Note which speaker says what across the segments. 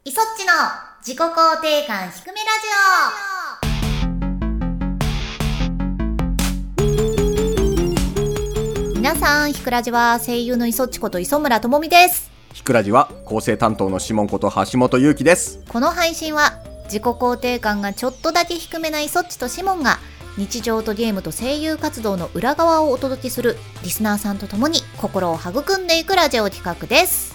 Speaker 1: の自己肯定感低めラジオ皆さん、ひくラジは声優の磯っちこと磯村智美です。
Speaker 2: ひくらじは構成担当のシモンこと橋本優希です。
Speaker 1: この配信は自己肯定感がちょっとだけ低めな磯っちとシモンが日常とゲームと声優活動の裏側をお届けするリスナーさんと共に心を育んでいくラジオ企画です。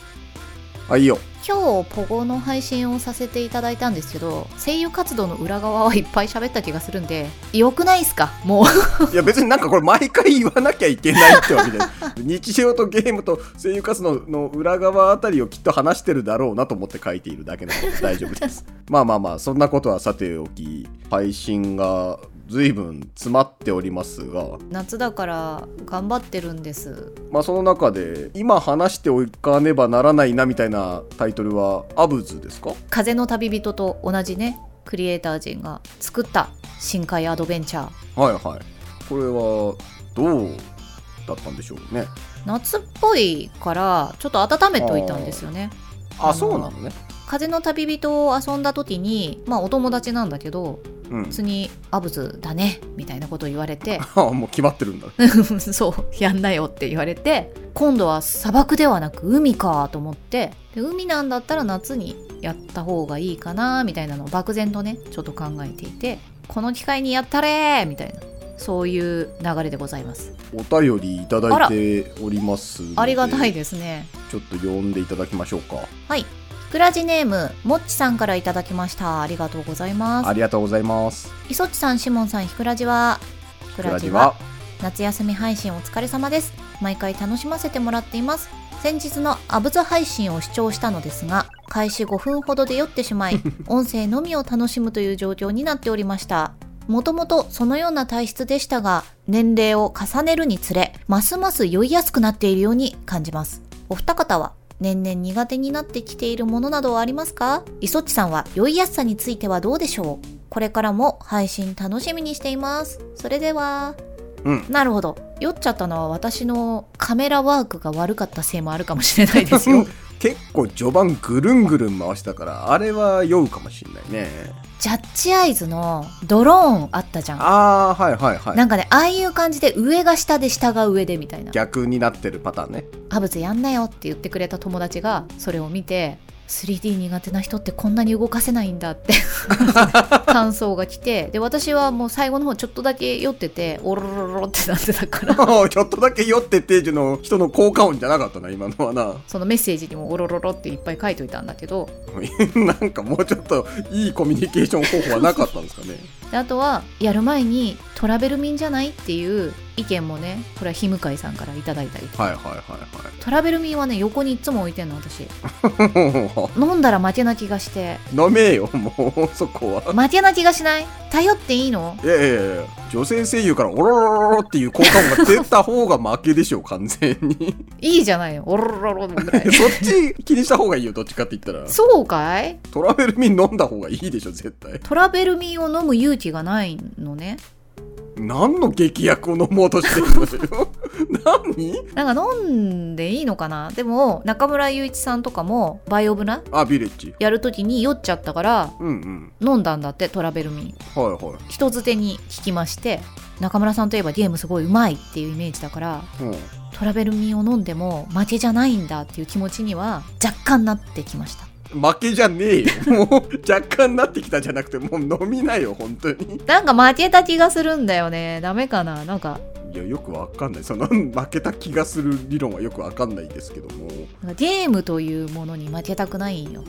Speaker 2: あ、い いよ。
Speaker 1: 今日ポゴの配信をさせていただいたんですけど声優活動の裏側はいっぱい喋った気がするんで良くないですかもう
Speaker 2: いや別になんかこれ毎回言わなきゃいけないってわけじゃない。 日常とゲームと声優活動の裏側あたりをきっと話してるだろうなと思って書いているだけなので大丈夫です。 まあまあまあ、そんなことはさておき、配信が随分詰まっておりますが、
Speaker 1: 夏だから頑張ってるんです
Speaker 2: まあその中で、今話しておかねばならないなみたいなタイトルは、アブズですか
Speaker 1: 風の旅人と同じねクリエイター陣が作った深海アドベンチャー
Speaker 2: はいはい。これは、どうだったんでしょうね。
Speaker 1: 夏っぽいからちょっと温めといたんですよね
Speaker 2: あ、そうなのね。
Speaker 1: 風の旅人を遊んだ時にまあお友達なんだけど
Speaker 2: うん
Speaker 1: 普。通にアブズだねみたいなこと言われて
Speaker 2: あもう決まってるんだ。
Speaker 1: うん そうやんなよって言われて今度は砂漠ではなく海かと思ってで海なんだったら夏にやった方がいいかなみたいなのを漠然とねちょっと考えていてこの機会にやったれーみたいなそういう流れでございます
Speaker 2: お便りいただいておりますので
Speaker 1: ありがたいですね
Speaker 2: ちょっと読んでいただきましょうか。
Speaker 1: ひくらじネームもっちさんからいただきましたありがとうございま
Speaker 2: あ
Speaker 1: す
Speaker 2: りがとうございます。
Speaker 1: いそっちさんしもんさんひくらじはひく
Speaker 2: くら
Speaker 1: らじ
Speaker 2: じ
Speaker 1: は
Speaker 2: は。
Speaker 1: 夏休み配信お疲れ様です毎回楽しませてもらっています先日のアブズ配信を視聴したのですが開始5分ほどで酔ってしまい音声のみを楽しむという状況になっておりましたもともとそのような体質でしたが年齢を重ねるにつれますます酔いやすくなっているように感じますお二方は年々苦手になってきているものなどはありますか磯っちさんは酔いやすさについてはどうでしょうこれからも配信楽しみにしていますそれでは
Speaker 2: うん。
Speaker 1: なるほど酔っちゃったのは私のカメラワークが悪かったせいもあるかもしれないですよ
Speaker 2: 結構序盤ぐるんぐるん回したから、あれは酔うかもしれないね。
Speaker 1: ジャッジアイズのドローンあったじゃん
Speaker 2: ああ、はいはいは。
Speaker 1: ないんかねああいう感じで上が下で下が上でみたいな
Speaker 2: 逆になってるパターンね。
Speaker 1: 「ハブツやんなよ」って言ってくれた友達がそれを見て 3D 苦手な人ってこんなに動かせないんだって 感想が来てで私はもう最後の方ちょっとだけ酔ってておろろろろってなってたから
Speaker 2: ちょっとだけ酔ってていうの人の効果音じゃなかったな、今のはな。
Speaker 1: そのメッセージにも「おろろろ」っていっぱい書いといたんだけど
Speaker 2: なんかもうちょっといいコミュニケーション方法はなかったんですかね。
Speaker 1: であとはやる前にトラベル民じゃないっていう意見もねこれはひむかいさんからいただいたりと
Speaker 2: はいはいは
Speaker 1: トラベル民はね横にいつも置いてんの私
Speaker 2: いはい。
Speaker 1: 飲んだら負けな気がして
Speaker 2: 飲めよ、もう、そこは。
Speaker 1: 負けな気がしない頼っていいの
Speaker 2: いやいやいや女性声優からオロロロロっていう効果音が出た方が負けでしょう完全に
Speaker 1: いいじゃないのおろろろろぐらい
Speaker 2: そっち気にした方がいいよどっちかって言ったら
Speaker 1: そうかい
Speaker 2: トラベルミン飲んだ方がいいでしょ絶対
Speaker 1: トラベル民を飲む勇気がないのね
Speaker 2: 何の劇薬を飲もうとしてるのよ何
Speaker 1: なんか飲んでいいのかなでも中村雄一さんとかもバイオブナ
Speaker 2: あビレッジ
Speaker 1: やるときに酔っちゃったから
Speaker 2: うんうん
Speaker 1: 飲んだんだってトラベル民
Speaker 2: はいは
Speaker 1: 人づてに聞きまして中村さんといえばゲームすごいうまいっていうイメージだから
Speaker 2: い、うん、
Speaker 1: トラベルミンを飲んでも負けじゃないんだっていう気持ちには若干なってきました
Speaker 2: 負けじゃねえよもう若干なってきたじゃなくてもう飲みなよ本当に
Speaker 1: なんか負けた気がするんだよねダメかななんか
Speaker 2: いやよくわかんないその負けた気がする理論はよくわかんないですけども
Speaker 1: なんかゲームというものに負けたくないんよ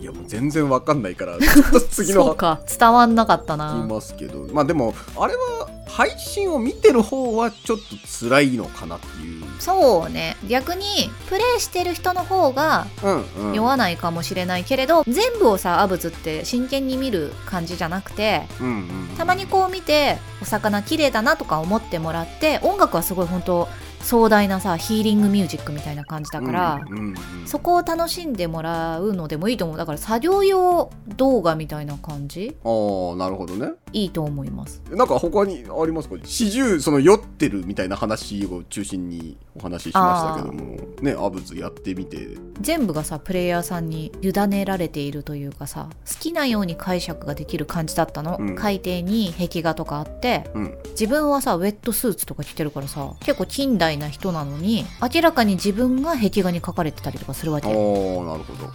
Speaker 2: いやもう全然わかんないからちょっと次の
Speaker 1: そうか伝わんなかった
Speaker 2: 言い
Speaker 1: な
Speaker 2: ますけどまあでもあれは配信を見てる方はちょっと辛いのかなっていう
Speaker 1: そうね逆にプレイしてる人の方が
Speaker 2: うんうん
Speaker 1: 酔わないかもしれないけれど、全部をさアブズって真剣に見る感じじゃなくて
Speaker 2: うんうん
Speaker 1: たまにこう見てお魚綺麗だなとか思ってもらって音楽はすごい本当壮大なさヒーリングミュージックみたいな感じだから、
Speaker 2: うんうんうん
Speaker 1: そこを楽しんでもらうのでもいいと思うだから作業用動画みたいな感じ
Speaker 2: ああなるほどね
Speaker 1: いいと思います
Speaker 2: なんか他にありますか四十その酔ってるみたいな話を中心にお話ししましたけどもねアブズやってみて
Speaker 1: 全部がさプレイヤーさんに委ねられているというかさ好きなように解釈ができる感じだったの、
Speaker 2: うん
Speaker 1: 海底に壁画とかあって
Speaker 2: うん
Speaker 1: 自分はさウェットスーツとか着てるからさ結構近代な人なのに明らかに自分が壁画に描かれてたりとかするわ
Speaker 2: ああ
Speaker 1: け
Speaker 2: なるほ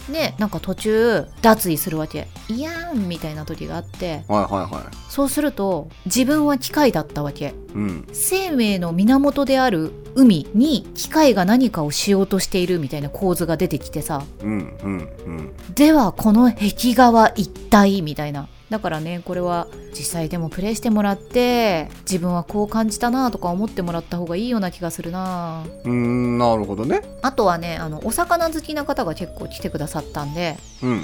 Speaker 2: ど
Speaker 1: でなんか途中脱衣するわけいやーんみたいな時があって
Speaker 2: はいはいは
Speaker 1: そうすると自分は機械だったわけ
Speaker 2: いうん
Speaker 1: 生命の源である海に機械が何かをしようとしているみたいな構図が出てきてさ
Speaker 2: うんうんうん
Speaker 1: ではこの壁画は一体みたいなだからねこれは実際でもプレイしてもらって自分はこう感じたなとか思ってもらった方がいいような気がするな
Speaker 2: うーんなるほどね
Speaker 1: あとはねあのお魚好きな方が結構来てくださったんで
Speaker 2: うんうん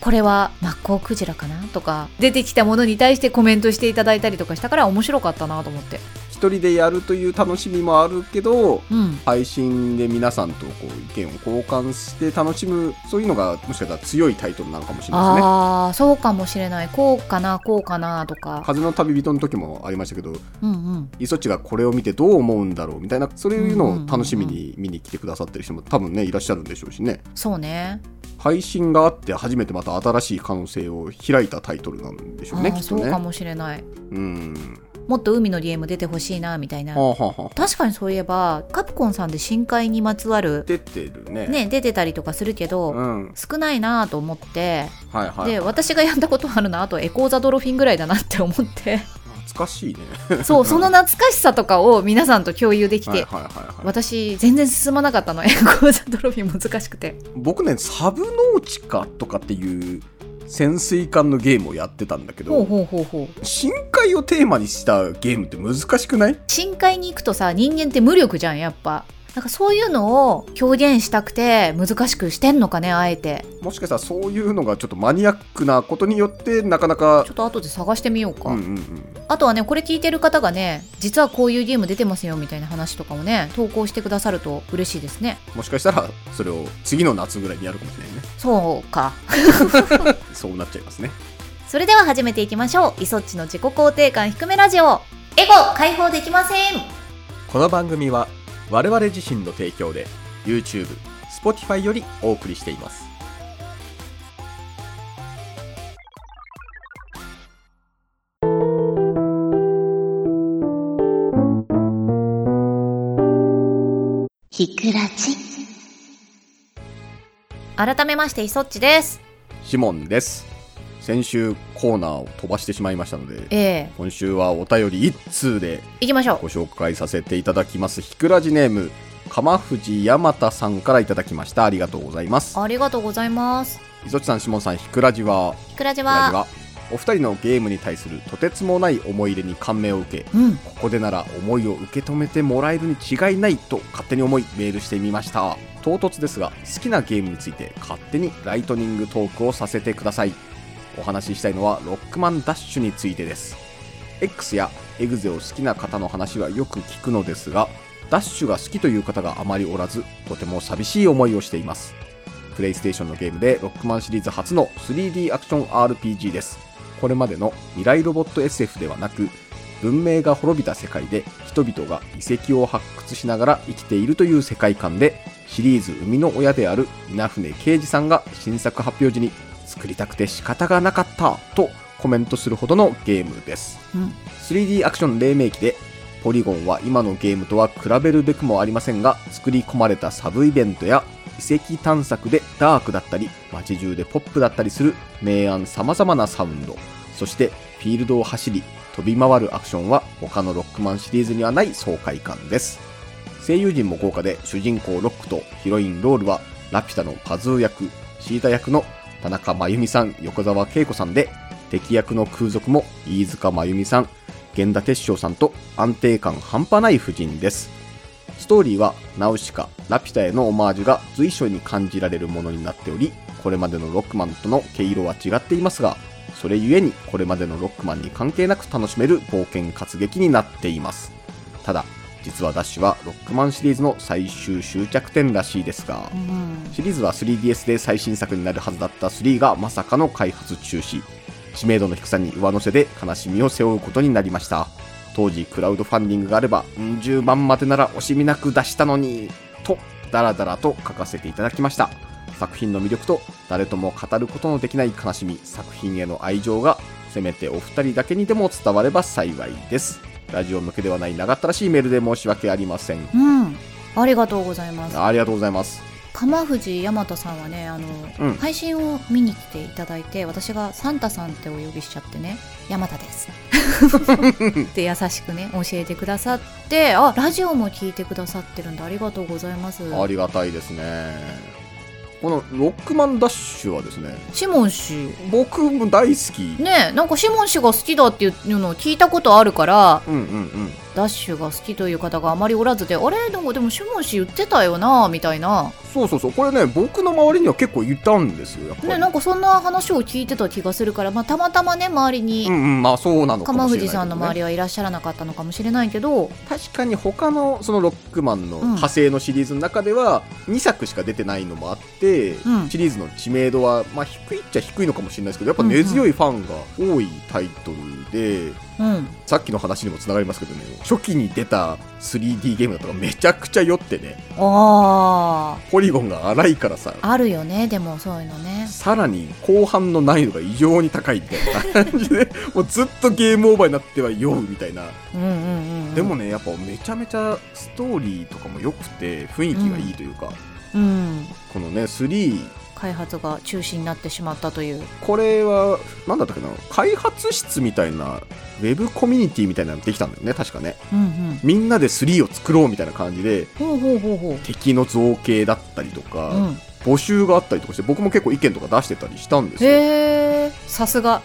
Speaker 1: これはマッコウクジラかなとか出てきたものに対してコメントしていただいたりとかしたから面白かったなと思って
Speaker 2: 一人でやるという楽しみもあるけど
Speaker 1: うん
Speaker 2: 配信で皆さんとこう意見を交換して楽しむそういうのがもしかしたら強いタイトルなのかもしれないですね。
Speaker 1: ああそうかもしれないこうかなこうかなとか
Speaker 2: 風の旅人の時もありましたけど
Speaker 1: うんうん
Speaker 2: イソッチがこれを見てどう思うんだろうみたいなそういうのを楽しみに見に来てくださってる人も多分ねいらっしゃるんでしょうしね
Speaker 1: そうね
Speaker 2: 配信があって初めてまた新しい可能性を開いたタイトルなんでしょうね
Speaker 1: あ
Speaker 2: き
Speaker 1: ー
Speaker 2: っと
Speaker 1: そうか
Speaker 2: ね。
Speaker 1: もしれない
Speaker 2: うん
Speaker 1: もっと海のゲーム出てほしいなみたいな
Speaker 2: はあ、はあはあ、
Speaker 1: 確かにそういえばカプコンさんで深海にまつわる、
Speaker 2: 出てるね。
Speaker 1: ね、出てたりとかするけど、
Speaker 2: うん、
Speaker 1: 少ないなと思って、
Speaker 2: はいはい、
Speaker 1: で私がやったことあるのはあとエコーザドルフィンぐらいだなって思って
Speaker 2: 懐かしいね。
Speaker 1: そうその懐かしさとかを皆さんと共有できて、
Speaker 2: はいはいはいはい、
Speaker 1: 私全然進まなかったのエコーザドルフィン難しくて
Speaker 2: 僕ねサブノーチカとかっていう潜水艦のゲームをやってたんだけ
Speaker 1: ほう
Speaker 2: ど
Speaker 1: ほうほうほう
Speaker 2: 深海をテーマにしたゲームって難しくない
Speaker 1: 深海に行くとさ人間って無力じゃんやっぱなんかそういうのを表現したくて難しくしてんのかねあえて
Speaker 2: もしかしたらそういうのがちょっとマニアックなことによってなかなか
Speaker 1: ちょっと後で探してみようか、
Speaker 2: うんうんうん
Speaker 1: あとはねこれ聞いてる方がね実はこういうゲーム出てますよみたいな話とかもね投稿してくださると嬉しいですね
Speaker 2: もしかしたらそれを次の夏ぐらいにやるかもしれないね
Speaker 1: そうか
Speaker 2: そうなっちゃいますね
Speaker 1: それでは始めていきましょうイソッチの自己肯定感低めラジオエゴ解放できません
Speaker 2: この番組は我々自身の提供で YouTube、Spotify よりお送りしています
Speaker 3: ひくらち。
Speaker 1: 改めましてイソッチです
Speaker 2: シモンです先週コーナーを飛ばしてしまいましたので
Speaker 1: ええ
Speaker 2: 今週はお便り1通で
Speaker 1: 行きましょ
Speaker 2: ご紹介させていただきますひくらじネーム鎌藤山太さんからいただきましたありがとうございます
Speaker 1: うありがとうございます
Speaker 2: 磯地さんしもんさんひくらじは
Speaker 1: ひくらじ
Speaker 2: ひくらじ
Speaker 1: は
Speaker 2: はお二人のゲームに対するとてつもない思い入れに感銘を受け
Speaker 1: うん
Speaker 2: ここでなら思いを受け止めてもらえるに違いないと勝手に思いメールしてみました唐突ですが好きなゲームについて勝手にライトニングトークをさせてくださいお話ししたいのはロックマンダッシュについてです X やエグゼを好きな方の話はよく聞くのですがダッシュが好きという方があまりおらずとても寂しい思いをしていますプレイステーションのゲームでロックマンシリーズ初の 3D アクション RPG ですこれまでの未来ロボット SF ではなく文明が滅びた世界で人々が遺跡を発掘しながら生きているという世界観でシリーズ生みの親である稲船啓二さんが新作発表時に作りたくて仕方がなかったとコメントするほどのゲームです
Speaker 1: うん
Speaker 2: 3D アクション黎明期でポリゴンは今のゲームとは比べるべくもありませんが作り込まれたサブイベントや遺跡探索でダークだったり街中でポップだったりする明暗様々なサウンドそしてフィールドを走り飛び回るアクションは他のロックマンシリーズにはない爽快感です声優陣も豪華で主人公ロックとヒロインロールはラピュタのパズー役シータ役の田中真由美さん横澤恵子さんで敵役の空賊も飯塚真由美さん源田鉄章さんと安定感半端ない布陣ですストーリーはナウシカ、ラピュタへのオマージュが随所に感じられるものになっており、これまでのロックマンとの毛色は違っていますが、それゆえにこれまでのロックマンに関係なく楽しめる冒険活劇になっています。ただ、実はダッシュはロックマンシリーズの最終終着点らしいですが、
Speaker 1: うん
Speaker 2: シリーズは 3DS で最新作になるはずだった3がまさかの開発中止知名度の低さに上乗せで悲しみを背負うことになりました当時クラウドファンディングがあればうん10万までなら惜しみなく出したのにとダラダラと書かせていただきました作品の魅力と誰とも語ることのできない悲しみ作品への愛情がせめてお二人だけにでも伝われば幸いですラジオ向けではない長ったらしいメールで申し訳ありません
Speaker 1: うん、ありがとうございます
Speaker 2: ありがとうございます
Speaker 1: 鎌藤大和さんはねあの、
Speaker 2: うん
Speaker 1: 配信を見に来ていただいて私がサンタさんってお呼びしちゃってね「大和 です」って優しくね教えてくださってあラジオも聞いてくださってるんでありがとうございます
Speaker 2: ありがたいですね。このロックマンダッシュはですね、
Speaker 1: シモン氏
Speaker 2: 僕も大好き。
Speaker 1: ねえなんかシモン氏が好きだっていうのを聞いたことあるから
Speaker 2: うんうんうん。
Speaker 1: ダッシュが好きという方があまりおらずであれでもでもシモン氏言ってたよなみたいな
Speaker 2: そうそうそう。これね、僕の周りには結構いたんですよ。やっぱり
Speaker 1: ねなんかそんな話を聞いてた気がするから、まあ、たまたまね周りに
Speaker 2: うんうん、まあそうなのか
Speaker 1: 鎌
Speaker 2: もしれないけど、ね。
Speaker 1: 藤さんの周りはいらっしゃらなかったのかもしれないけど、
Speaker 2: 確かに他のそのロックマンの派生のシリーズの中では2作しか出てないのもあって、
Speaker 1: うん
Speaker 2: シリーズの知名度はまあ低いっちゃ低いのかもしれないですけどやっぱ根強いファンが多いタイトルで、
Speaker 1: うん、
Speaker 2: さっきの話にもつながりますけどね初期に出た 3D ゲームだとかめちゃくちゃ酔ってね
Speaker 1: あ
Speaker 2: ポリゴンが荒いからさ
Speaker 1: ーあるよねでもそういうのね
Speaker 2: さらに後半の難易度が異常に高いみたいな感じでもうずっとゲームオーバーになっては酔うみたいな、
Speaker 1: うんうんうんうん
Speaker 2: でもねやっぱめちゃめちゃストーリーとかも良くて雰囲気がいいというか、
Speaker 1: うん
Speaker 2: このね3
Speaker 1: 開発が中止になってしまったという
Speaker 2: これは何だったかな開発室みたいなウェブコミュニティみたいなのできたんだよね確かね
Speaker 1: うんうん
Speaker 2: みんなで3を作ろうみたいな感じで
Speaker 1: ほうほうほうほう
Speaker 2: 敵の造形だったりとか、
Speaker 1: うん、
Speaker 2: 募集があったりとかして僕も結構意見とか出してたりしたんですよ、
Speaker 1: へえさすが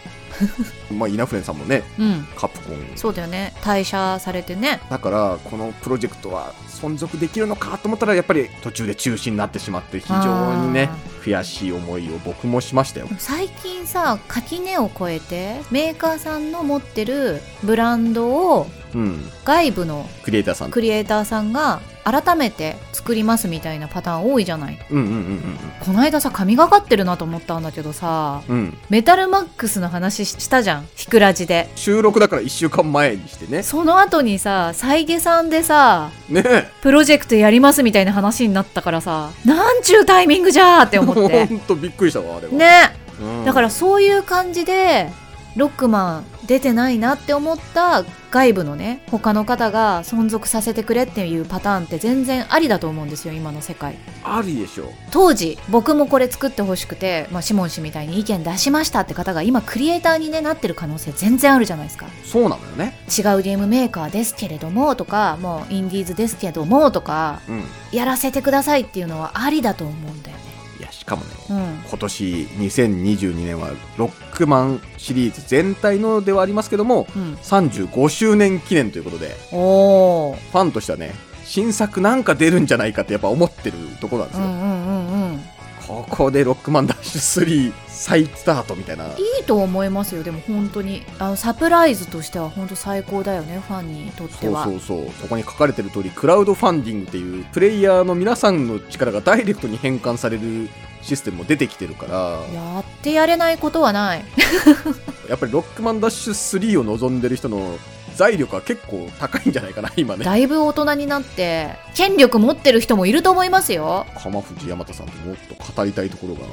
Speaker 2: まあ、イナフレンさんもね
Speaker 1: うん
Speaker 2: カプコン
Speaker 1: そうだよね退社されてね
Speaker 2: だからこのプロジェクトは存続できるのかと思ったらやっぱり途中で中止になってしまって非常にね
Speaker 1: あ
Speaker 2: 悔しい思いを僕もしましたよ
Speaker 1: 最近さ垣根を越えてメーカーさんの持ってるブランドを
Speaker 2: うん
Speaker 1: 外部の
Speaker 2: クリエイターさん
Speaker 1: クリエイターさんが改めて作りますみたいなパターン多いじゃない
Speaker 2: うんうんうん
Speaker 1: この間さ神がかってるなと思ったんだけどさ
Speaker 2: うんうん
Speaker 1: メタルマックスの話したじゃんひくらじで
Speaker 2: 収録だから1週間前に してね
Speaker 1: その後にさ再下さんでさ
Speaker 2: ねえ
Speaker 1: プロジェクトやりますみたいな話になったからさなんちゅうタイミングじゃーって思っ
Speaker 2: ほ
Speaker 1: て
Speaker 2: んとびっくりしたわあれは、
Speaker 1: ね
Speaker 2: うん
Speaker 1: だからそういう感じでロックマン出てないなって思った外部のね他の方が存続させてくれっていうパターンって全然ありだと思うんですよ今の世界
Speaker 2: ありでしょ
Speaker 1: 当時僕もこれ作ってほしくて、まあ、シモン氏みたいに意見出しましたって方が今クリエイターに、ね、なってる可能性全然あるじゃないですか
Speaker 2: そうなのよね
Speaker 1: 違うゲームメーカーですけれどもとかもうインディーズですけどもとか
Speaker 2: うん
Speaker 1: やらせてくださいっていうのはありだと思うんだよね
Speaker 2: いやしかもね
Speaker 1: うん
Speaker 2: 今年2022年はロックマンシリーズ全体のではありますけども
Speaker 1: うん、
Speaker 2: 35周年記念ということで
Speaker 1: おー
Speaker 2: ファンとしてはね新作なんか出るんじゃないかってやっぱ思ってるところなんで
Speaker 1: う
Speaker 2: すよ、
Speaker 1: んうんうんうん
Speaker 2: ここでロックマンダッシュ3再スタートみたいない
Speaker 1: いと思いますよでも本当にあのサプライズとしては本当最高だよねファンにとって
Speaker 2: そう
Speaker 1: は
Speaker 2: そうそうそこに書かれてる通りクラウドファンディングっていうプレイヤーの皆さんの力がダイレクトに変換されるシステムも出てきてるから
Speaker 1: やってやれないことはない
Speaker 2: やっぱりロックマンダッシュ3を望んでる人の財力は結構高いんじゃないかな今ね
Speaker 1: だいぶ大人になって権力持ってる人もいると思いますよ
Speaker 2: 鎌藤大和さんともっと語りたいところが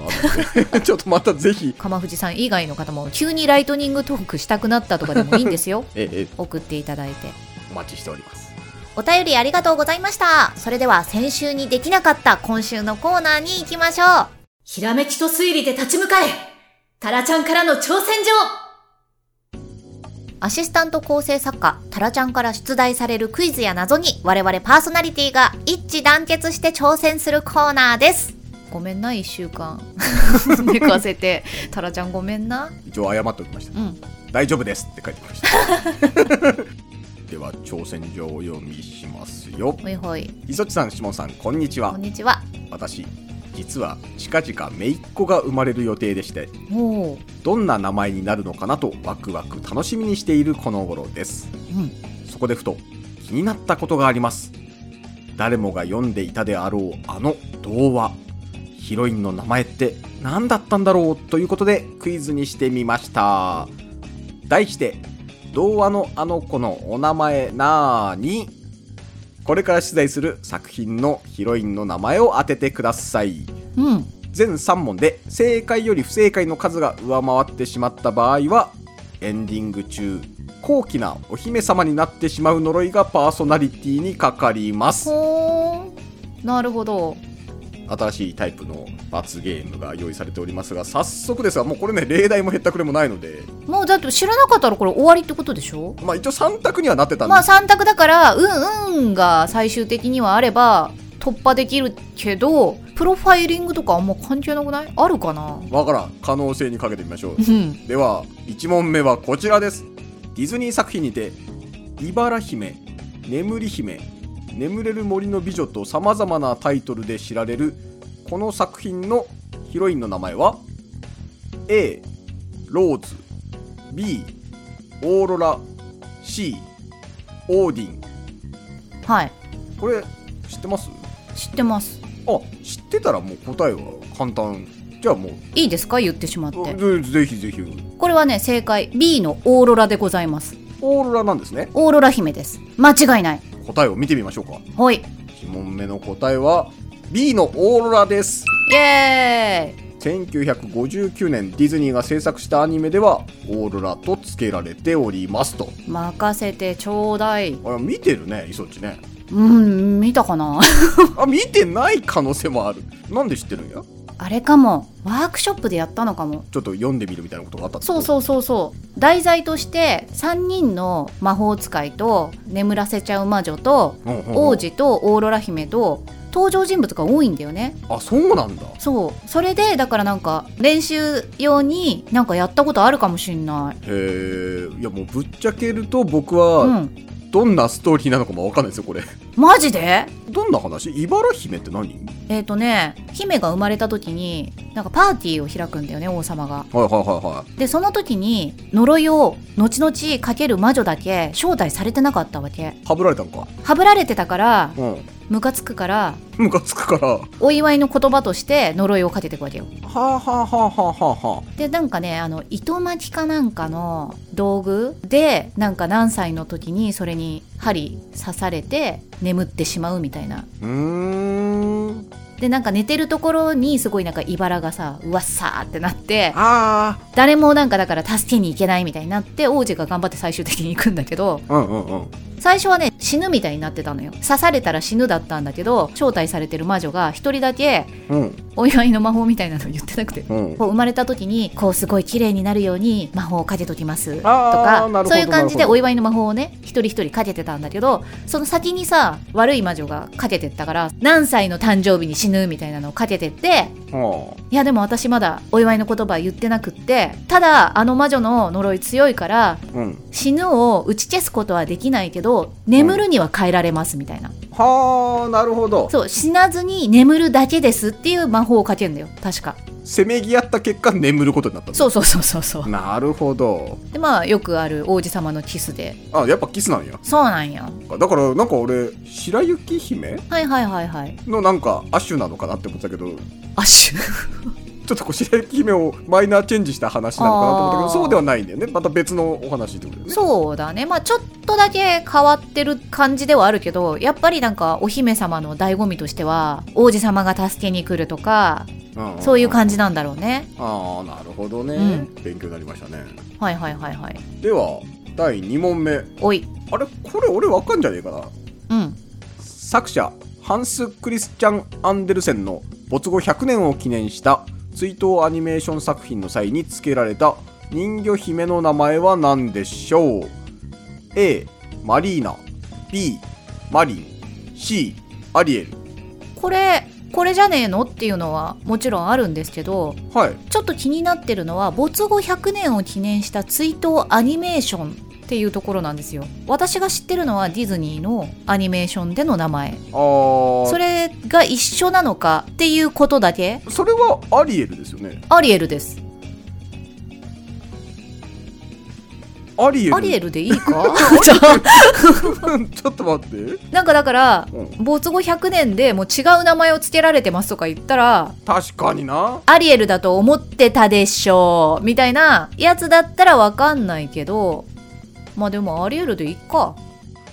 Speaker 2: あるので ちょっとまたぜひ
Speaker 1: 鎌藤さん以外の方も急にライトニングトークしたくなったとかでもいいんです よ
Speaker 2: ええ
Speaker 1: 送っていただいて
Speaker 2: お待ちしております
Speaker 1: お便りありがとうございましたそれでは先週にできなかった今週のコーナーに行きましょうひらめきと推理で立ち向かえタラちゃんからの挑戦状アシスタント構成作家タラちゃんから出題されるクイズや謎に我々パーソナリティが一致団結して挑戦するコーナーですごめんな1週間 寝かせてタラちゃんごめんな
Speaker 2: 一応謝っておきました
Speaker 1: うん
Speaker 2: 大丈夫ですって書いてきました では挑戦状をお読みしますよ
Speaker 1: ほいほい
Speaker 2: 磯地さん下さんこんにち
Speaker 1: こ
Speaker 2: は
Speaker 1: んにちは
Speaker 2: 私実は近々姪っ子が生まれる予定でして
Speaker 1: おお
Speaker 2: どんな名前になるのかなとワクワク楽しみにしているこの頃です
Speaker 1: うん
Speaker 2: そこでふと昨気になったことがあります誰もが読んでいたであろうあの童話ヒロインの名前って何だったんだろうということでクイズにしてみました題して童話のあの子のお名前なーにこれから出題する作品のヒロインの名前を当ててください
Speaker 1: うん
Speaker 2: 全3問で正解より不正解の数が上回ってしまった場合はエンディング中高貴なお姫様になってしまう呪いがパーソナリティにかかります
Speaker 1: ほーんなるほど
Speaker 2: 新しいタイプの罰ゲームが用意されておりますが早速ですがもうこれね例題もへったくれもないので
Speaker 1: もうだって知らなかったらこれ終わりってことでしょ
Speaker 2: まあ一応3択にはなってたん
Speaker 1: まあ
Speaker 2: です
Speaker 1: 3択だから「うんうん」が最終的にはあれば突破できるけどプロファイリングとかあんま関係なくないあるかな
Speaker 2: わからん可能性にかけてみましょう
Speaker 1: うん
Speaker 2: では1問目はこちらですディズニー作品にて茨姫眠り姫眠れる森の美女とさまざまなタイトルで知られるこの作品のヒロインの名前は A ローズ B オーロラ C オーディン
Speaker 1: はい
Speaker 2: これ知ってます
Speaker 1: 知ってます
Speaker 2: あ知ってたらもう答えは簡単じゃあもう
Speaker 1: いいですか言ってしまって
Speaker 2: ぜぜひぜひ
Speaker 1: これはね正解 B のオーロラでございます
Speaker 2: オーロラなんですね
Speaker 1: オーロラ姫です間違いない
Speaker 2: 答えを見てみましょうか
Speaker 1: ほい
Speaker 2: 1問目の答えは B のオーロラです
Speaker 1: イエーイ
Speaker 2: 1959年ディズニーが制作したアニメではオーロラと付けられておりますと
Speaker 1: 任せてちょうだい
Speaker 2: あ見てるね磯っちね
Speaker 1: うん見たかな
Speaker 2: あ見てない可能性もあるなんで知ってるんや
Speaker 1: あれかもワークショップでやったのかも
Speaker 2: ちょっと読んでみるみたいなことがあったってこと
Speaker 1: そうそうそうそう題材として3人の魔法使いと眠らせちゃう魔女と
Speaker 2: うんうんうん
Speaker 1: 王子とオーロラ姫と登場人物が多いんだよね
Speaker 2: あそうなんだへ
Speaker 1: そうそれでだからなんか練習用になんかやったことあるかもしんない
Speaker 2: えいやもうぶっちゃけると僕
Speaker 1: う
Speaker 2: は
Speaker 1: ん
Speaker 2: どんなストーリーなのかもわかんないですよこれ
Speaker 1: マジで
Speaker 2: どんな話茨姫って何はい
Speaker 1: えっ、とね姫が生まれた時になんかパーティーを開くんだよね王様が
Speaker 2: はいはいは
Speaker 1: でその時に呪いを後々かける魔女だけ招待されてなかったわけ
Speaker 2: いはぶられたんか
Speaker 1: はぶられてたから
Speaker 2: うん
Speaker 1: ムカつくから
Speaker 2: ムカつくから
Speaker 1: お祝いの言葉として呪いをかけていくわけよ
Speaker 2: はあはあはあはあはあは
Speaker 1: でなんかねあの糸巻きかなんかの道具でなんか何歳の時にそれに針刺されて眠ってしまうみたいな
Speaker 2: うーん
Speaker 1: でなんか寝てるところにすごいなんか茨がさうわっさーってなって
Speaker 2: あ
Speaker 1: 誰もなんかだから助けに行けないみたいになって王子が頑張って最終的に行くんだけど
Speaker 2: あうんうんうん
Speaker 1: 最初はね死ぬみたいになってたのよ刺されたら死ぬだったんだけど招待されてる魔女が一人だけ
Speaker 2: うん
Speaker 1: お祝いの魔法みたいなの言ってなくて
Speaker 2: うん
Speaker 1: こう生まれた時にこうすごい綺麗になるように魔法をかけときますと
Speaker 2: あー
Speaker 1: か
Speaker 2: なるほど
Speaker 1: そういう感じ
Speaker 2: な
Speaker 1: で
Speaker 2: るほど
Speaker 1: お祝いの魔法をね一人一人かけてたんだけどその先にさ悪い魔女がかけてったから何歳の誕生日に死ぬみたいなのをかけてって
Speaker 2: はい
Speaker 1: やでも私まだお祝いの言葉言ってなくってただあの魔女の呪い強いから
Speaker 2: あうん
Speaker 1: 死ぬを打ち消すことはできないけど眠るには変えられますみたいな、
Speaker 2: はあなるほど
Speaker 1: そう死なずに眠るだけですっていう魔法をかけるんだよ確か
Speaker 2: せめぎ合った結果眠ることになった
Speaker 1: そうそうそうそうそう
Speaker 2: うなるほど
Speaker 1: でまあよくある王子様のキスで
Speaker 2: あやっぱキスなんや
Speaker 1: そうなんや
Speaker 2: だからなんか俺白雪姫
Speaker 1: はいはいはいはい
Speaker 2: のなんか亜種なのかなって思ってたけどちょ
Speaker 1: アッシュ
Speaker 2: っとこう白雪姫をマイナーチェンジした話なのかなと思っ
Speaker 1: あー
Speaker 2: たけどそうではないんだよねまた別のお話ってことだよね
Speaker 1: そうだねまあちょっとだけ変わってる感じではあるけどやっぱりなんかお姫様の醍醐味としては王子様が助けに来るとか
Speaker 2: うんんん
Speaker 1: そういう感じなんだろうね
Speaker 2: ああなるほどね、
Speaker 1: うん
Speaker 2: 勉強になりましたね
Speaker 1: はいはいはいはい
Speaker 2: では第2問目
Speaker 1: おい
Speaker 2: あれこれ俺わかんじゃねえかな
Speaker 1: うん
Speaker 2: 作者ハンス・クリスチャン・アンデルセンの没後100年を記念した追悼アニメーション作品の際に付けられた人魚姫の名前は何でしょう ?A マリーナ B マリン C アリエル
Speaker 1: これこれじゃねえのっていうのはもちろんあるんですけど
Speaker 2: はい
Speaker 1: ちょっと気になってるのは没後100年を記念した追悼アニメーションっていうところなんですよ私が知ってるのはディズニーのアニメーションでの名前
Speaker 2: あー
Speaker 1: それが一緒なのかっていうことだけ
Speaker 2: それはアリエルですよね
Speaker 1: アリエルです
Speaker 2: アリエル
Speaker 1: アリエルでいいか
Speaker 2: ちょ ちょっと待って
Speaker 1: なんかだから、
Speaker 2: うん
Speaker 1: 没後100年でもう違う名前を付けられてますとか言ったら
Speaker 2: 確かにな
Speaker 1: アリエルだと思ってたでしょみたいなやつだったらわかんないけどまあでもアリエルでいいか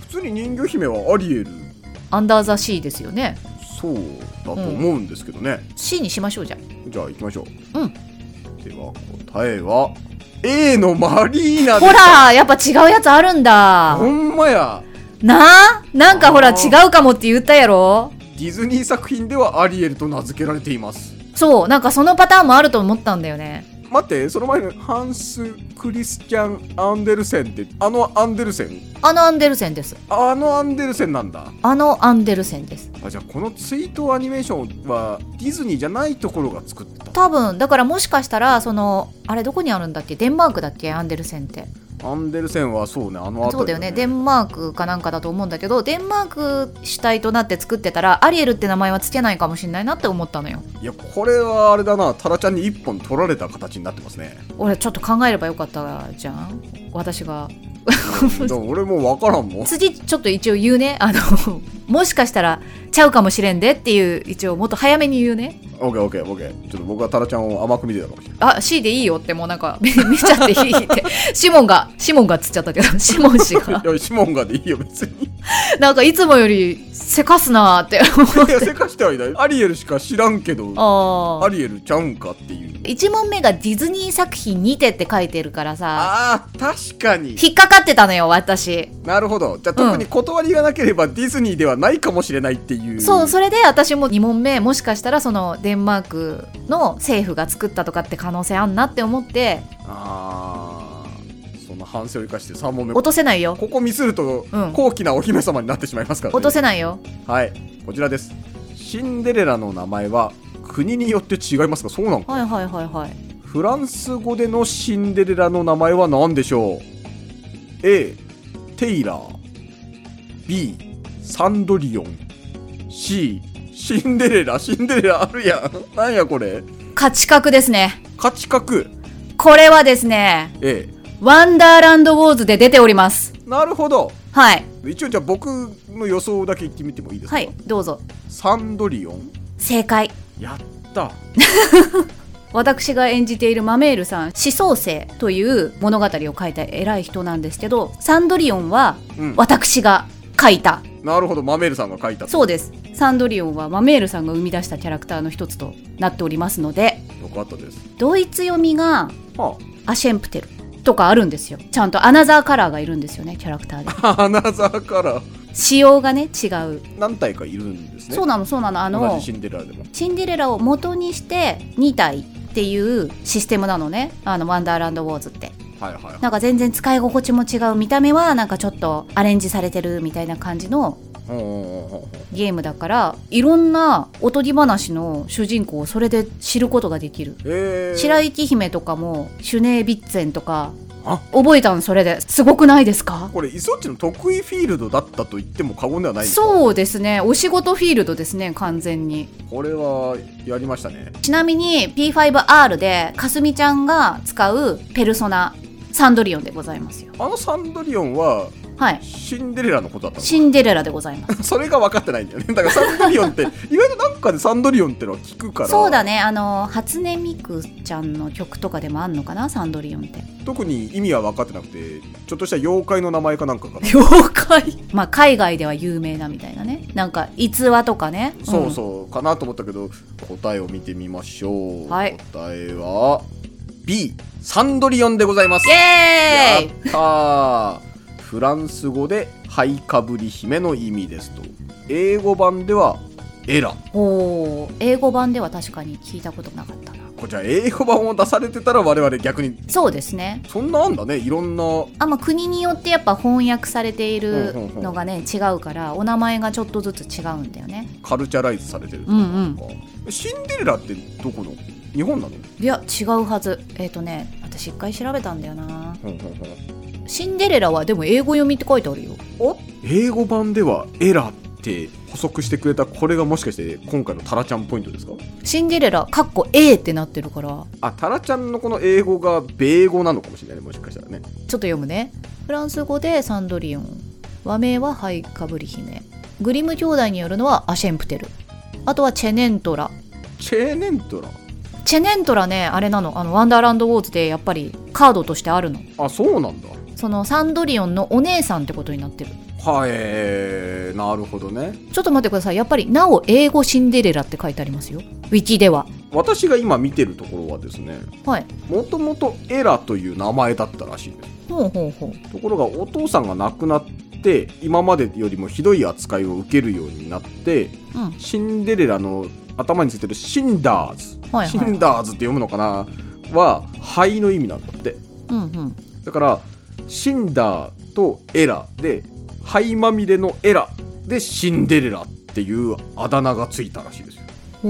Speaker 2: 普通に人魚姫はアリエル
Speaker 1: アンダーザシーですよね
Speaker 2: そうだと思うんですけどね、
Speaker 1: C にしましょうじゃん
Speaker 2: じゃあ行きましょう
Speaker 1: うん
Speaker 2: では答えは A のマリーナで
Speaker 1: ほ
Speaker 2: した
Speaker 1: らやっぱ違うやつあるんだ
Speaker 2: ほんまや
Speaker 1: なあなんかほら
Speaker 2: あ
Speaker 1: 違
Speaker 2: ー
Speaker 1: うかもって言ったやろ
Speaker 2: ディズニー作品ではアリエルと名付けられています
Speaker 1: そうなんかそのパターンもあると思ったんだよね
Speaker 2: 待ってその前のハンス・クリスチャン・アンデルセンってあのアンデルセン
Speaker 1: あのアンデルセンです
Speaker 2: あのアンデルセンなんだ
Speaker 1: あのアンデルセンです
Speaker 2: あじゃあこのツイートアニメーションはディズニーじゃないところが作った
Speaker 1: 多分だからもしかしたらそのあれどこにあるんだっけデンマークだっけアンデルセンって
Speaker 2: アンデルセンはそうねあの辺り
Speaker 1: そうだよねデンマークかなんかだと思うんだけどデンマーク主体となって作ってたらアリエルって名前は付けないかもしれないなって思ったのよ
Speaker 2: いやこれはあれだなタラちゃんに一本取られた形になってます ね
Speaker 1: 俺ちょっと考えればよかったじゃん私が
Speaker 2: うんでも俺もう分からんもん
Speaker 1: 次ちょっと一応言うねあの もしかしたらちゃうかもしれんでっていう一応もっと早めに言うね
Speaker 2: OKOKOK ちょっと僕はタラちゃんを甘く見てたかもしれない
Speaker 1: あ C でいいよってもうなんか 見見ちゃっていいってシモンがシモンがっつっちゃったけど シモン氏が
Speaker 2: いやシモンがでいいよ別 にい
Speaker 1: なんかいつもよりせかすなーって
Speaker 2: やせかしてはいないアリエルしか知らんけど
Speaker 1: あ
Speaker 2: ア
Speaker 1: あ
Speaker 2: リエルちゃうんかっていう
Speaker 1: 1問目がディズニー作品にてって書いてるからさ
Speaker 2: ああ確かに
Speaker 1: 引っかかってたのよ私
Speaker 2: なるほどじゃあ
Speaker 1: うん
Speaker 2: 特に断りがなければディズニーではないかもしれないっていう、
Speaker 1: そうそれで私も2問目もしかしたらそのデンマークの政府が作ったとかって可能性あんなって思って
Speaker 2: あーその反省を生かして3問目
Speaker 1: 落とせないよ
Speaker 2: ここミスると
Speaker 1: うん
Speaker 2: 高貴なお姫様になってしまいますから、ね、
Speaker 1: 落とせないよ
Speaker 2: はいこちらですシンデレラの名前は国によって違いますかそうなのか、
Speaker 1: はいはいはいはい
Speaker 2: フランス語でのシンデレラの名前は何でしょう A テイラー B サンドリオン C シンデレラシンデレラあるやんなんやこれ
Speaker 1: 価値格ですね
Speaker 2: 価値格
Speaker 1: これはですね
Speaker 2: A
Speaker 1: ワンダーランドウォーズで出ております
Speaker 2: なるほど
Speaker 1: はい
Speaker 2: 一応じゃあ僕の予想だけ言ってみてもいいですか、
Speaker 1: はいどうぞ
Speaker 2: サンドリオン
Speaker 1: 正解
Speaker 2: やった
Speaker 1: 私が演じているマメールさん思想生という物語を書いた偉い人なんですけどサンドリオンは
Speaker 2: うん
Speaker 1: 私が書いた
Speaker 2: なるほどマメールさんが書いた
Speaker 1: そうですサンドリオンはマメールさんが生み出したキャラクターの一つとなっておりますので
Speaker 2: よかったです
Speaker 1: ドイツ読みが
Speaker 2: は
Speaker 1: アシェンプテルとかあるんですよちゃんとアナザーカラーがいるんですよねキャラクタ ーで
Speaker 2: あアナザーカラー
Speaker 1: 仕様がね違う
Speaker 2: 何体かいるんですね
Speaker 1: そうなのそうなのあ
Speaker 2: 同
Speaker 1: の
Speaker 2: じシンデレラでも
Speaker 1: シンデレラを元にして2体っていうシステムなのねあのワンダーランドウォーズって
Speaker 2: はいはいはい
Speaker 1: なんか全然使い心地も違う見た目はなんかちょっとアレンジされてるみたいな感じの
Speaker 2: ほうほうほうほ
Speaker 1: ゲームだからいろんなおとぎ話の主人公をそれで知ることができる
Speaker 2: うえー、
Speaker 1: 白雪姫とかもシュネービッツェンとか
Speaker 2: あ
Speaker 1: 覚えたのそれですごくないですか
Speaker 2: これ磯っちの得意フィールドだったと言っても過言ではないです
Speaker 1: そうですねお仕事フィールドですね完全に
Speaker 2: これはやりましたね
Speaker 1: ちなみに P5R でかすみちゃんが使うペルソナサンドリオンでございますよ
Speaker 2: あのサンドリオンは
Speaker 1: はい
Speaker 2: シンデレラのことだったの
Speaker 1: シンデレラでございます
Speaker 2: それが分かってないんだよねだからサンドリオンって意外となんかでサンドリオンってのは聞くから
Speaker 1: そうだねあの初音ミクちゃんの曲とかでもあんのかなサンドリオンって
Speaker 2: 特に意味は分かってなくてちょっとした妖怪の名前かなんかかな
Speaker 1: 妖怪 まあ海外では有名なみたいなねなんか逸話とかね
Speaker 2: そうそうかなと思ったけど、答えを見てみましょう、
Speaker 1: はい
Speaker 2: 答えは B サンドリオンでございます
Speaker 1: うんイエーイ
Speaker 2: やったーフランス語で「ハイかぶり姫」の意味ですと英語版では「エラ」
Speaker 1: おー英語版では確かに聞いたことなかったな
Speaker 2: こちら英語版を出されてたら我々逆に
Speaker 1: そうですね
Speaker 2: そんなあんだねいろんな
Speaker 1: あまあ国によってやっぱ翻訳されている
Speaker 2: うんうんうん
Speaker 1: のがね違うからお名前がちょっとずつ違うんだよね
Speaker 2: カルチャライズされてると
Speaker 1: うんうん
Speaker 2: か、シンデレラってどこの日本なの、
Speaker 1: いや違うはずえっ、とね私一回調べたんだよな
Speaker 2: あ
Speaker 1: シンデレラはでも英語読みって書いてあるよ
Speaker 2: 英語版では「エラ」っって補足してくれたこれがもしかして今回のタラちゃんポイントですか
Speaker 1: シンデレラかっこ A ってなってるから
Speaker 2: あタラちゃんのこの英語が米語なのかもしれないねもしかしたらね
Speaker 1: ちょっと読むねフランス語でサンドリオン和名はハイカブリ姫グリム兄弟によるのはアシェンプテルあとはチェネントラ
Speaker 2: チェーネントラ
Speaker 1: チェネントラねあれなのあのワンダーランドウォーズでやっぱりカードとしてあるの
Speaker 2: あそうなんだ
Speaker 1: そのサンドリオンのお姉さんってことになってる
Speaker 2: はい、えー、なるほどね
Speaker 1: ちょっと待ってくださいやっぱりなお英語シンデレラって書いてありますよウィキでは
Speaker 2: 私が今見てるところはですね
Speaker 1: はい
Speaker 2: もともとエラという名前だったらしいです
Speaker 1: ほうほうほう
Speaker 2: ところがお父さんが亡くなって今までよりもひどい扱いを受けるようになって
Speaker 1: うん
Speaker 2: シンデレラの頭についてるシンダーズ、
Speaker 1: はいはい
Speaker 2: シンダーズって読むのかなは灰の意味なんだって
Speaker 1: うんうん
Speaker 2: だからシンダーとエラで灰まみれのエラでシンデレラっていうあだ名がついたらしいですよ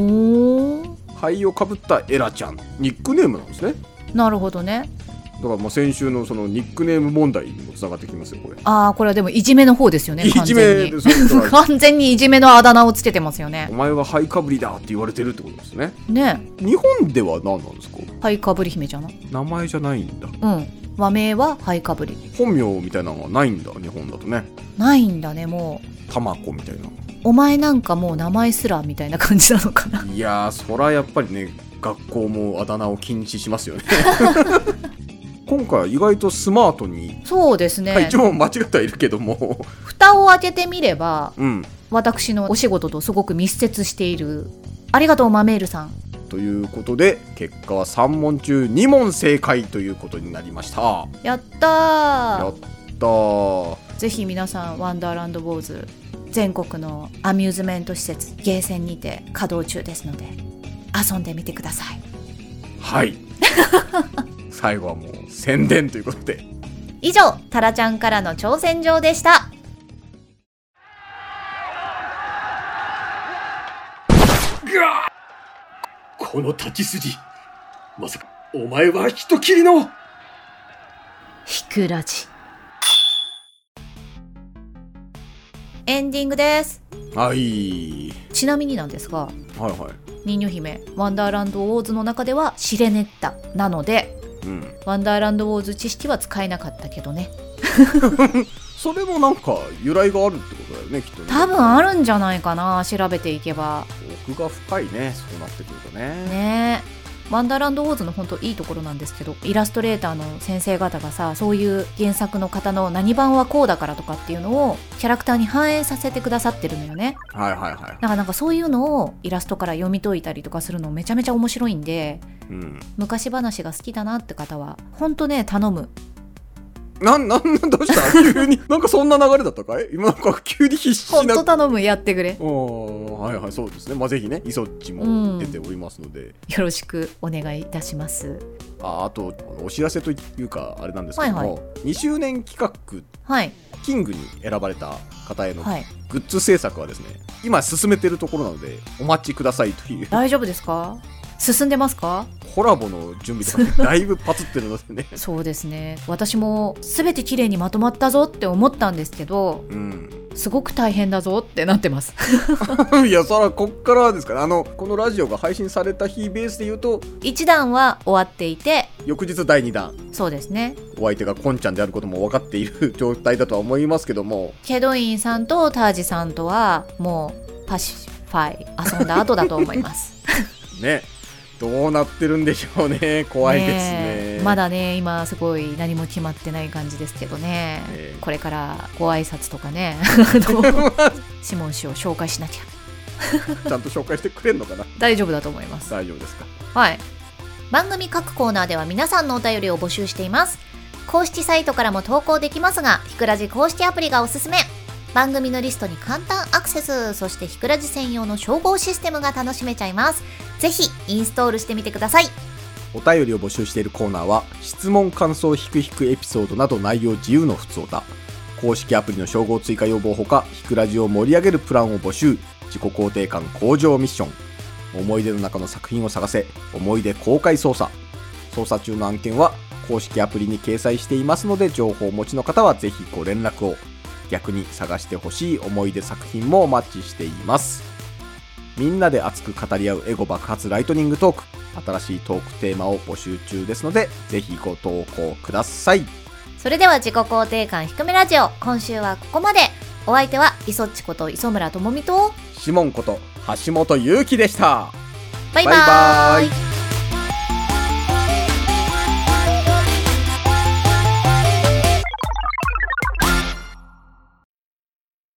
Speaker 1: ほー
Speaker 2: 灰をかぶったエラちゃんニックネームなんですね
Speaker 1: なるほどね
Speaker 2: だからもう先週のそのニックネーム問題にもつながってきますよこれ
Speaker 1: ああこれはでもいじめの方ですよね
Speaker 2: い
Speaker 1: 完
Speaker 2: じめ
Speaker 1: 全に
Speaker 2: ですそう
Speaker 1: 完全にいじめのあだ名をつけてますよね
Speaker 2: お前は灰かぶりだって言われてるってことですね
Speaker 1: ね
Speaker 2: 日本では何なんですか
Speaker 1: えハイカブリ姫じゃない
Speaker 2: 名前じゃないんだ
Speaker 1: うん和名はハイカブリ
Speaker 2: 本名みたいなのはないんだ日本だとね
Speaker 1: ないんだねも
Speaker 2: タマコみたいな
Speaker 1: うお前なんかもう名前すらみたいな感じなのかない
Speaker 2: やーそらやっぱりね学校もあだ名を禁止し ますよね今回は意外とスマートに、
Speaker 1: そうです
Speaker 2: まあ
Speaker 1: ね
Speaker 2: 一応間違ってはいるけども
Speaker 1: 蓋を開けてみれば
Speaker 2: うん
Speaker 1: 私のお仕事とすごく密接しているありがとうマメールさん
Speaker 2: ということで結果は3問中2問正解ということになりました
Speaker 1: やった
Speaker 2: や
Speaker 1: ー
Speaker 2: ったー
Speaker 1: ぜひ皆さんワンダーランドウォーズ全国のアミューズメント施設ゲーセンにて稼働中ですので遊んでみてください
Speaker 2: はい 最後はもう宣伝ということで
Speaker 1: 以上タラちゃんからの挑戦状でした
Speaker 4: この立ち筋まさかお前は人斬りの
Speaker 3: ひくらじ。
Speaker 1: エンディングです
Speaker 2: はい
Speaker 1: ちなみになんですが
Speaker 2: はいは
Speaker 1: ニーニョ姫ワンダーランドウォーズの中ではシレネッタなので
Speaker 2: いうん
Speaker 1: ワンダーランドウォーズ知識は使えなかったけどね
Speaker 2: それもなんか由来があるってことだよねきっとね
Speaker 1: 多分あるんじゃないかな調べていけば
Speaker 2: 奥が深いねそうなってくるとね
Speaker 1: ねえワンダーランドウォーズの本当いいところなんですけどイラストレーターの先生方がさそういう原作の方の何版はこうだからとかっていうのをキャラクターに反映させてくださってるのよね
Speaker 2: はいはいはい
Speaker 1: だからなんかそういうのをイラストから読み解いたりとかするのめちゃめちゃ面白いんで
Speaker 2: うん
Speaker 1: 昔話が好きだなって方は本当ね頼む
Speaker 2: なんなんどうした急になんかそんな流れだったかい今なんか急に必死
Speaker 1: 本
Speaker 2: な
Speaker 1: 当頼むやってくれ
Speaker 2: うんはいはいそうですねまあぜひねイソッチも出ておりますので、
Speaker 1: よろしくお願いいたします
Speaker 2: ああとお知らせというかあれなんですけども、
Speaker 1: はいは
Speaker 2: 2周年企画
Speaker 1: はい
Speaker 2: キングに選ばれた方への
Speaker 1: はい
Speaker 2: グッズ制作はですね今進めてるところなのでお待ちくださいという
Speaker 1: 大丈夫ですか進んでますか
Speaker 2: コラボの準備 とかねだいぶパツってるのでね
Speaker 1: そうですね私も全て綺麗にまとまったぞって思ったんですけど
Speaker 2: うん、
Speaker 1: すごく大変だぞってなってます
Speaker 2: いやそらこっからですからあのこのラジオが配信された日ベースで言うと
Speaker 1: 一弾は終わっていて
Speaker 2: 翌日第2弾
Speaker 1: そうですね
Speaker 2: お相手がコンちゃんであることも分かっている状態だとは思いますけども
Speaker 1: ケドインさんとタージさんとはもうパシファイ遊んだ後だと思います
Speaker 2: ねどうなってるんでしょうね 怖いですね
Speaker 1: ねえまだね今すごい何も決まってない感じですけどね、
Speaker 2: ええ
Speaker 1: これからご挨拶とかね あのシモン氏を紹介しなきゃ
Speaker 2: ちゃんと紹介してくれるのかな
Speaker 1: 大丈夫だと思います
Speaker 2: 大丈夫ですか
Speaker 1: はい。番組各コーナーでは皆さんのお便りを募集しています。公式サイトからも投稿できますが、ひくらじ公式アプリがおすすめ。番組のリストに簡単アクセス、そしてひくらじ専用の称号システムが楽しめちゃいます。ぜひ、インストールしてみてください。
Speaker 2: お便りを募集しているコーナーは質問感想ひくひくエピソードなど内容自由のふつおた公式アプリの称号追加要望ほかひくラジを盛り上げるプランを募集自己肯定感向上ミッション思い出の中の作品を探せ思い出公開捜査捜査中の案件は公式アプリに掲載していますので情報をお持ちの方はぜひご連絡を逆に探してほしい思い出作品もお待ちしていますみんなで熱く語り合うエゴ爆発ライトニングトーク新しいトークテーマを募集中ですのでぜひご投稿ください
Speaker 1: それでは自己肯定感低めラジオ今週はここまでお相手は磯っちこと磯村智美と
Speaker 2: シモンこと橋本ゆうきでした
Speaker 1: バイバ
Speaker 2: バイバ
Speaker 1: ー
Speaker 2: ー
Speaker 1: イ
Speaker 2: イ